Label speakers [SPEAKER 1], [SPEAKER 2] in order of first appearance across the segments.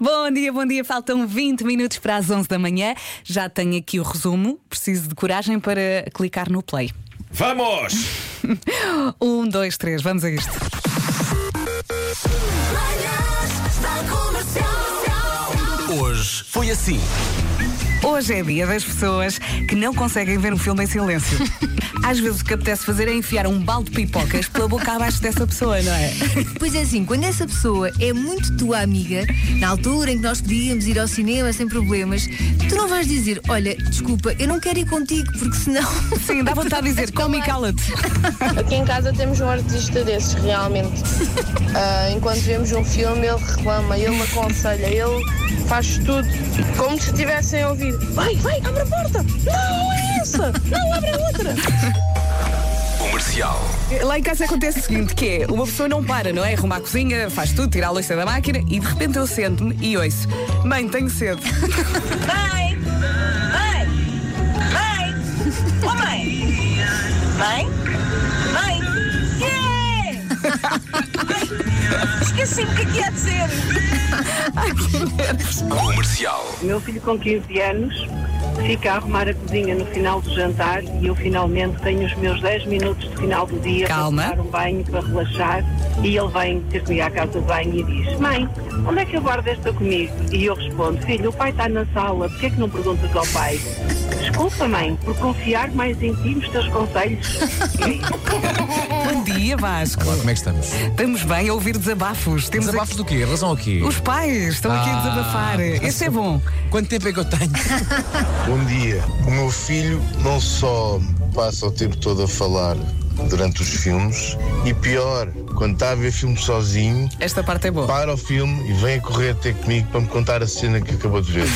[SPEAKER 1] Bom dia, bom dia. Faltam 20 minutos para as 11 da manhã. Já tenho aqui o resumo. Preciso de coragem para clicar no play.
[SPEAKER 2] Vamos!
[SPEAKER 1] Um, dois, três, vamos a isto.
[SPEAKER 3] Manhãs da Comercial.
[SPEAKER 4] Hoje foi assim.
[SPEAKER 1] Hoje é dia das pessoas que não conseguem ver um filme em silêncio. Às vezes o que apetece fazer é enfiar um balde de pipocas pela boca abaixo dessa pessoa, não é?
[SPEAKER 5] Pois é assim, quando essa pessoa é muito tua amiga, na altura em que nós podíamos ir ao cinema sem problemas, tu não vais dizer, olha, desculpa, eu não quero ir contigo, porque senão.
[SPEAKER 1] Sim, dá vontade de dizer, come e cala-te.
[SPEAKER 6] Aqui em casa temos um artista desses, realmente. Ah, enquanto vemos um filme, ele reclama, ele aconselha, ele faz tudo como se estivessem a ouvir. Vai, vai, abre a porta! Não, é essa! Não, abre a outra!
[SPEAKER 4] Comercial.
[SPEAKER 1] Lá em casa acontece o seguinte, que é, uma pessoa não para, não é? Arruma a cozinha, faz tudo, tira a louça da máquina e de repente eu sento-me e ouço. Mãe, tenho cedo.
[SPEAKER 7] Mãe! Mãe! Mãe! Ô mãe! Mãe? Mãe! Yeah! Ai, é? Esqueci-me o que é que ia dizer!
[SPEAKER 4] Comercial.
[SPEAKER 8] O meu filho com 15 anos fica a arrumar a cozinha no final do jantar e eu finalmente tenho os meus 10 minutos de final do dia
[SPEAKER 1] Calma.
[SPEAKER 8] para tomar um banho, para relaxar e ele vem ter comigo à casa de banho e diz Mãe, onde é que eu guardo esta comigo? E eu respondo, filho, o pai está na sala, porquê é que não perguntas ao pai? Desculpa, mãe, por confiar mais em ti nos teus conselhos.
[SPEAKER 1] Bom dia, Vasco.
[SPEAKER 4] Olá, como é que estamos?
[SPEAKER 1] Estamos bem a ouvir desabafos. Temos
[SPEAKER 4] Desabafos do quê? Em Relação ao quê?
[SPEAKER 1] aqui- Os pais estão aqui a
[SPEAKER 4] Ah,
[SPEAKER 1] desabafar. Esse é bom.
[SPEAKER 4] Quanto tempo é que eu tenho?
[SPEAKER 9] Bom dia. O meu filho não só passa o tempo todo a falar durante os filmes, e pior, quando está a ver filme sozinho,
[SPEAKER 1] Esta parte é boa.
[SPEAKER 9] para o filme e vem a correr ter comigo para me contar a cena que acabou de ver.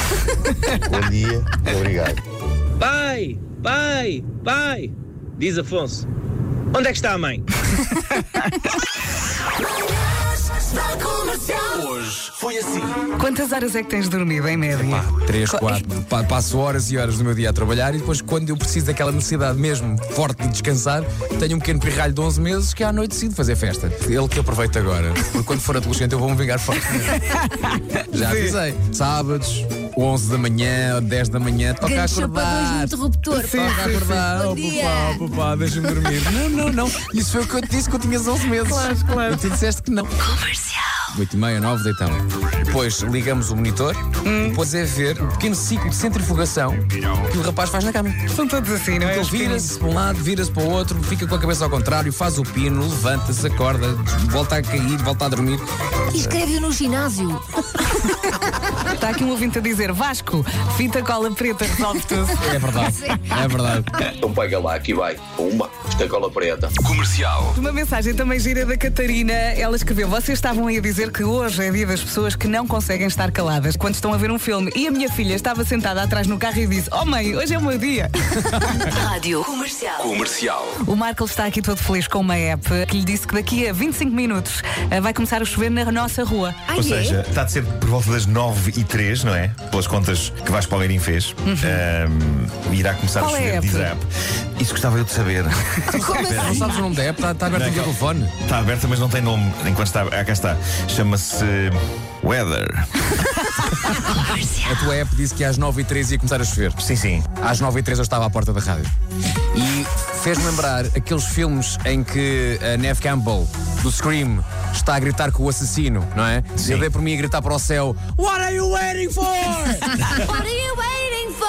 [SPEAKER 9] Bom dia, obrigado.
[SPEAKER 10] Pai, pai, pai, diz Afonso. Onde é que está a mãe?
[SPEAKER 3] Manhãs da Comercial.
[SPEAKER 4] Hoje foi assim.
[SPEAKER 1] Quantas horas é que tens dormido, em média?
[SPEAKER 4] Pá, 3,
[SPEAKER 1] Co-
[SPEAKER 4] 4. passo horas e horas do meu dia a trabalhar e depois, quando eu preciso daquela necessidade mesmo forte de descansar, tenho um pequeno pirralho de 11 meses que à noite decido fazer festa. Ele que aproveita agora, porque quando for adolescente eu vou-me vingar forte. Já avisei. Sábados, 11 da manhã, 10 da manhã, toca a
[SPEAKER 5] Grande chapadões no
[SPEAKER 4] acordar.
[SPEAKER 5] interruptor.
[SPEAKER 4] Sim,
[SPEAKER 5] pá.
[SPEAKER 4] sim, sim.
[SPEAKER 5] Bom
[SPEAKER 4] Oh,
[SPEAKER 5] dia.
[SPEAKER 4] papá, oh, papá, deixa-me dormir. Não, não, não. Isso foi o que eu te disse que eu tinhas 11 meses. Claro, claro. E tu disseste que não. Comercial. 8 e meia, 9, deitão. Depois ligamos o monitor, depois é ver o pequeno ciclo de centrifugação que o rapaz faz na cama.
[SPEAKER 1] São todos assim, não é?
[SPEAKER 4] Ele
[SPEAKER 1] Os pequeninos.
[SPEAKER 4] vira-se para um lado, vira-se para o outro, fica com a cabeça ao contrário, faz o pino, levanta-se, acorda, volta a cair, volta a dormir.
[SPEAKER 5] E escreve-o no ginásio.
[SPEAKER 1] Está aqui um ouvinte a dizer: Vasco, fita cola preta resolve tudo.
[SPEAKER 4] É verdade, é verdade.
[SPEAKER 11] Então pega lá, aqui vai. Uma, esta cola preta.
[SPEAKER 4] Comercial.
[SPEAKER 1] Uma mensagem também gira da Catarina. Ela escreveu: Vocês estavam aí a dizer que hoje é dia das pessoas que não conseguem estar caladas quando estão a ver um filme. E a minha filha estava sentada atrás no carro e disse: Oh mãe, hoje é o meu dia.
[SPEAKER 3] Rádio Comercial.
[SPEAKER 4] Comercial.
[SPEAKER 1] O Marco está aqui todo feliz com uma app que lhe disse que daqui a 25 minutos eh, vai começar a chover na nossa rua.
[SPEAKER 5] Ai,
[SPEAKER 2] Ou
[SPEAKER 5] é?
[SPEAKER 2] seja, está de ser por volta das 9 e 3, não é? Pelas contas que Vasco Palmeirim fez. Ahm, irá começar
[SPEAKER 1] Qual
[SPEAKER 2] a
[SPEAKER 1] é
[SPEAKER 2] chover,
[SPEAKER 1] a app?
[SPEAKER 2] diz a app. Isso gostava eu de saber.
[SPEAKER 5] Como assim?
[SPEAKER 4] Não sabes o nome da app? Está está aberto aqui o telefone.
[SPEAKER 2] Está aberta, mas não tem nome. Enquanto está. Ah, cá está. Chama-se. Weather.
[SPEAKER 4] A tua app disse que às 9h13 ia começar a chover.
[SPEAKER 2] Sim, sim.
[SPEAKER 4] Às 9h13 eu estava à porta da rádio. E fez-me lembrar aqueles filmes em que a Neve Campbell, do Scream, está a gritar com o assassino, não é? Eu dei por mim a gritar para o céu: What are you waiting for?
[SPEAKER 5] What are you waiting for?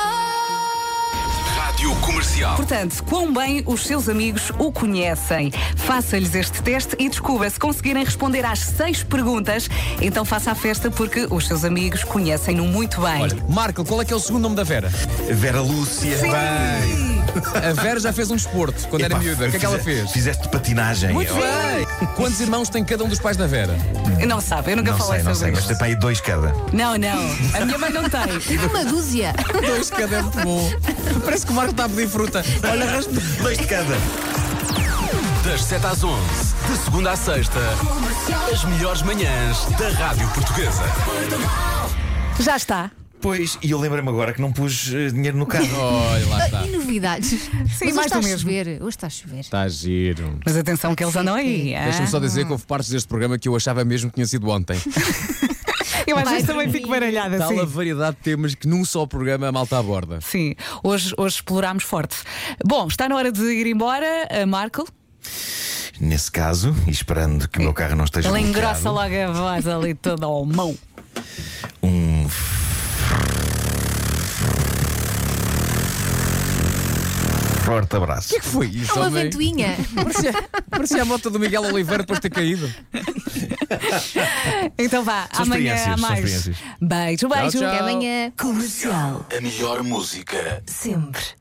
[SPEAKER 4] Rádio
[SPEAKER 2] Ah.
[SPEAKER 4] Comercial.
[SPEAKER 1] Portanto, quão bem os seus amigos o conhecem. Faça-lhes este teste e descubra se conseguirem responder às seis perguntas. Então faça a festa porque os seus amigos conhecem-no muito bem.
[SPEAKER 4] Olha, Marco, qual é que é o segundo nome da Vera?
[SPEAKER 2] Vera Lúcia. Bem.
[SPEAKER 4] A Vera já fez um desporto quando era
[SPEAKER 2] Epá,
[SPEAKER 4] miúda. O que é que ela
[SPEAKER 2] fize-
[SPEAKER 4] fez?
[SPEAKER 2] Fizeste patinagem.
[SPEAKER 4] Muito
[SPEAKER 2] Eu-
[SPEAKER 4] bem! Quantos irmãos tem cada um dos pais da Vera?
[SPEAKER 1] Eu Não sabe, eu nunca
[SPEAKER 2] Não
[SPEAKER 1] falei
[SPEAKER 2] sei, não sei,
[SPEAKER 1] sobre
[SPEAKER 2] mas
[SPEAKER 1] isso.
[SPEAKER 2] tem para aí dois cada.
[SPEAKER 1] Não, não, a minha mãe não tem.
[SPEAKER 5] Uma dúzia.
[SPEAKER 4] Dois cada é muito bom. Parece que o Marco está a pedir fruta. Olha, raspa.
[SPEAKER 2] Dois de cada.
[SPEAKER 4] Das 7 às 11, de segunda à sexta, as melhores manhãs da Rádio Portuguesa.
[SPEAKER 1] Já está.
[SPEAKER 2] Pois, e eu lembrei-me agora que não pus eh, dinheiro no carro.
[SPEAKER 4] Olha, lá
[SPEAKER 2] Tá.
[SPEAKER 4] está.
[SPEAKER 5] E novidades? Mas hoje
[SPEAKER 1] mais
[SPEAKER 5] está
[SPEAKER 1] do
[SPEAKER 5] a
[SPEAKER 1] mesmo.
[SPEAKER 5] chover. Hoje está a chover.
[SPEAKER 4] Está giro.
[SPEAKER 1] Mas atenção que eles andam aí. ah.
[SPEAKER 4] Deixa-me só dizer que houve partes deste programa que eu achava mesmo que tinha sido ontem.
[SPEAKER 1] Eu às
[SPEAKER 5] Vai
[SPEAKER 1] vezes também
[SPEAKER 5] dormir.
[SPEAKER 1] fico baralhada,
[SPEAKER 4] Tal a
[SPEAKER 1] sim.
[SPEAKER 4] variedade de temas que num só programa a malta aborda.
[SPEAKER 1] Sim, hoje, hoje explorámos forte. Bom, está na hora de ir embora, a Marco.
[SPEAKER 2] Nesse caso, e esperando que o meu carro não esteja
[SPEAKER 1] Ela
[SPEAKER 2] bloqueado,
[SPEAKER 1] engrossa logo a voz ali toda ao mão.
[SPEAKER 2] um forte abraço.
[SPEAKER 4] O que foi isso?
[SPEAKER 5] É uma
[SPEAKER 4] homem?
[SPEAKER 5] ventoinha.
[SPEAKER 4] Parecia, parecia a moto do Miguel Oliveira depois de ter caído.
[SPEAKER 1] Então vá,
[SPEAKER 2] São
[SPEAKER 1] amanhã há
[SPEAKER 2] experiências, são
[SPEAKER 1] mais.
[SPEAKER 2] experiências.
[SPEAKER 1] Beijo, beijo.
[SPEAKER 4] Tchau, tchau.
[SPEAKER 5] Até amanhã.
[SPEAKER 3] Comercial.
[SPEAKER 11] A melhor música
[SPEAKER 3] Sempre.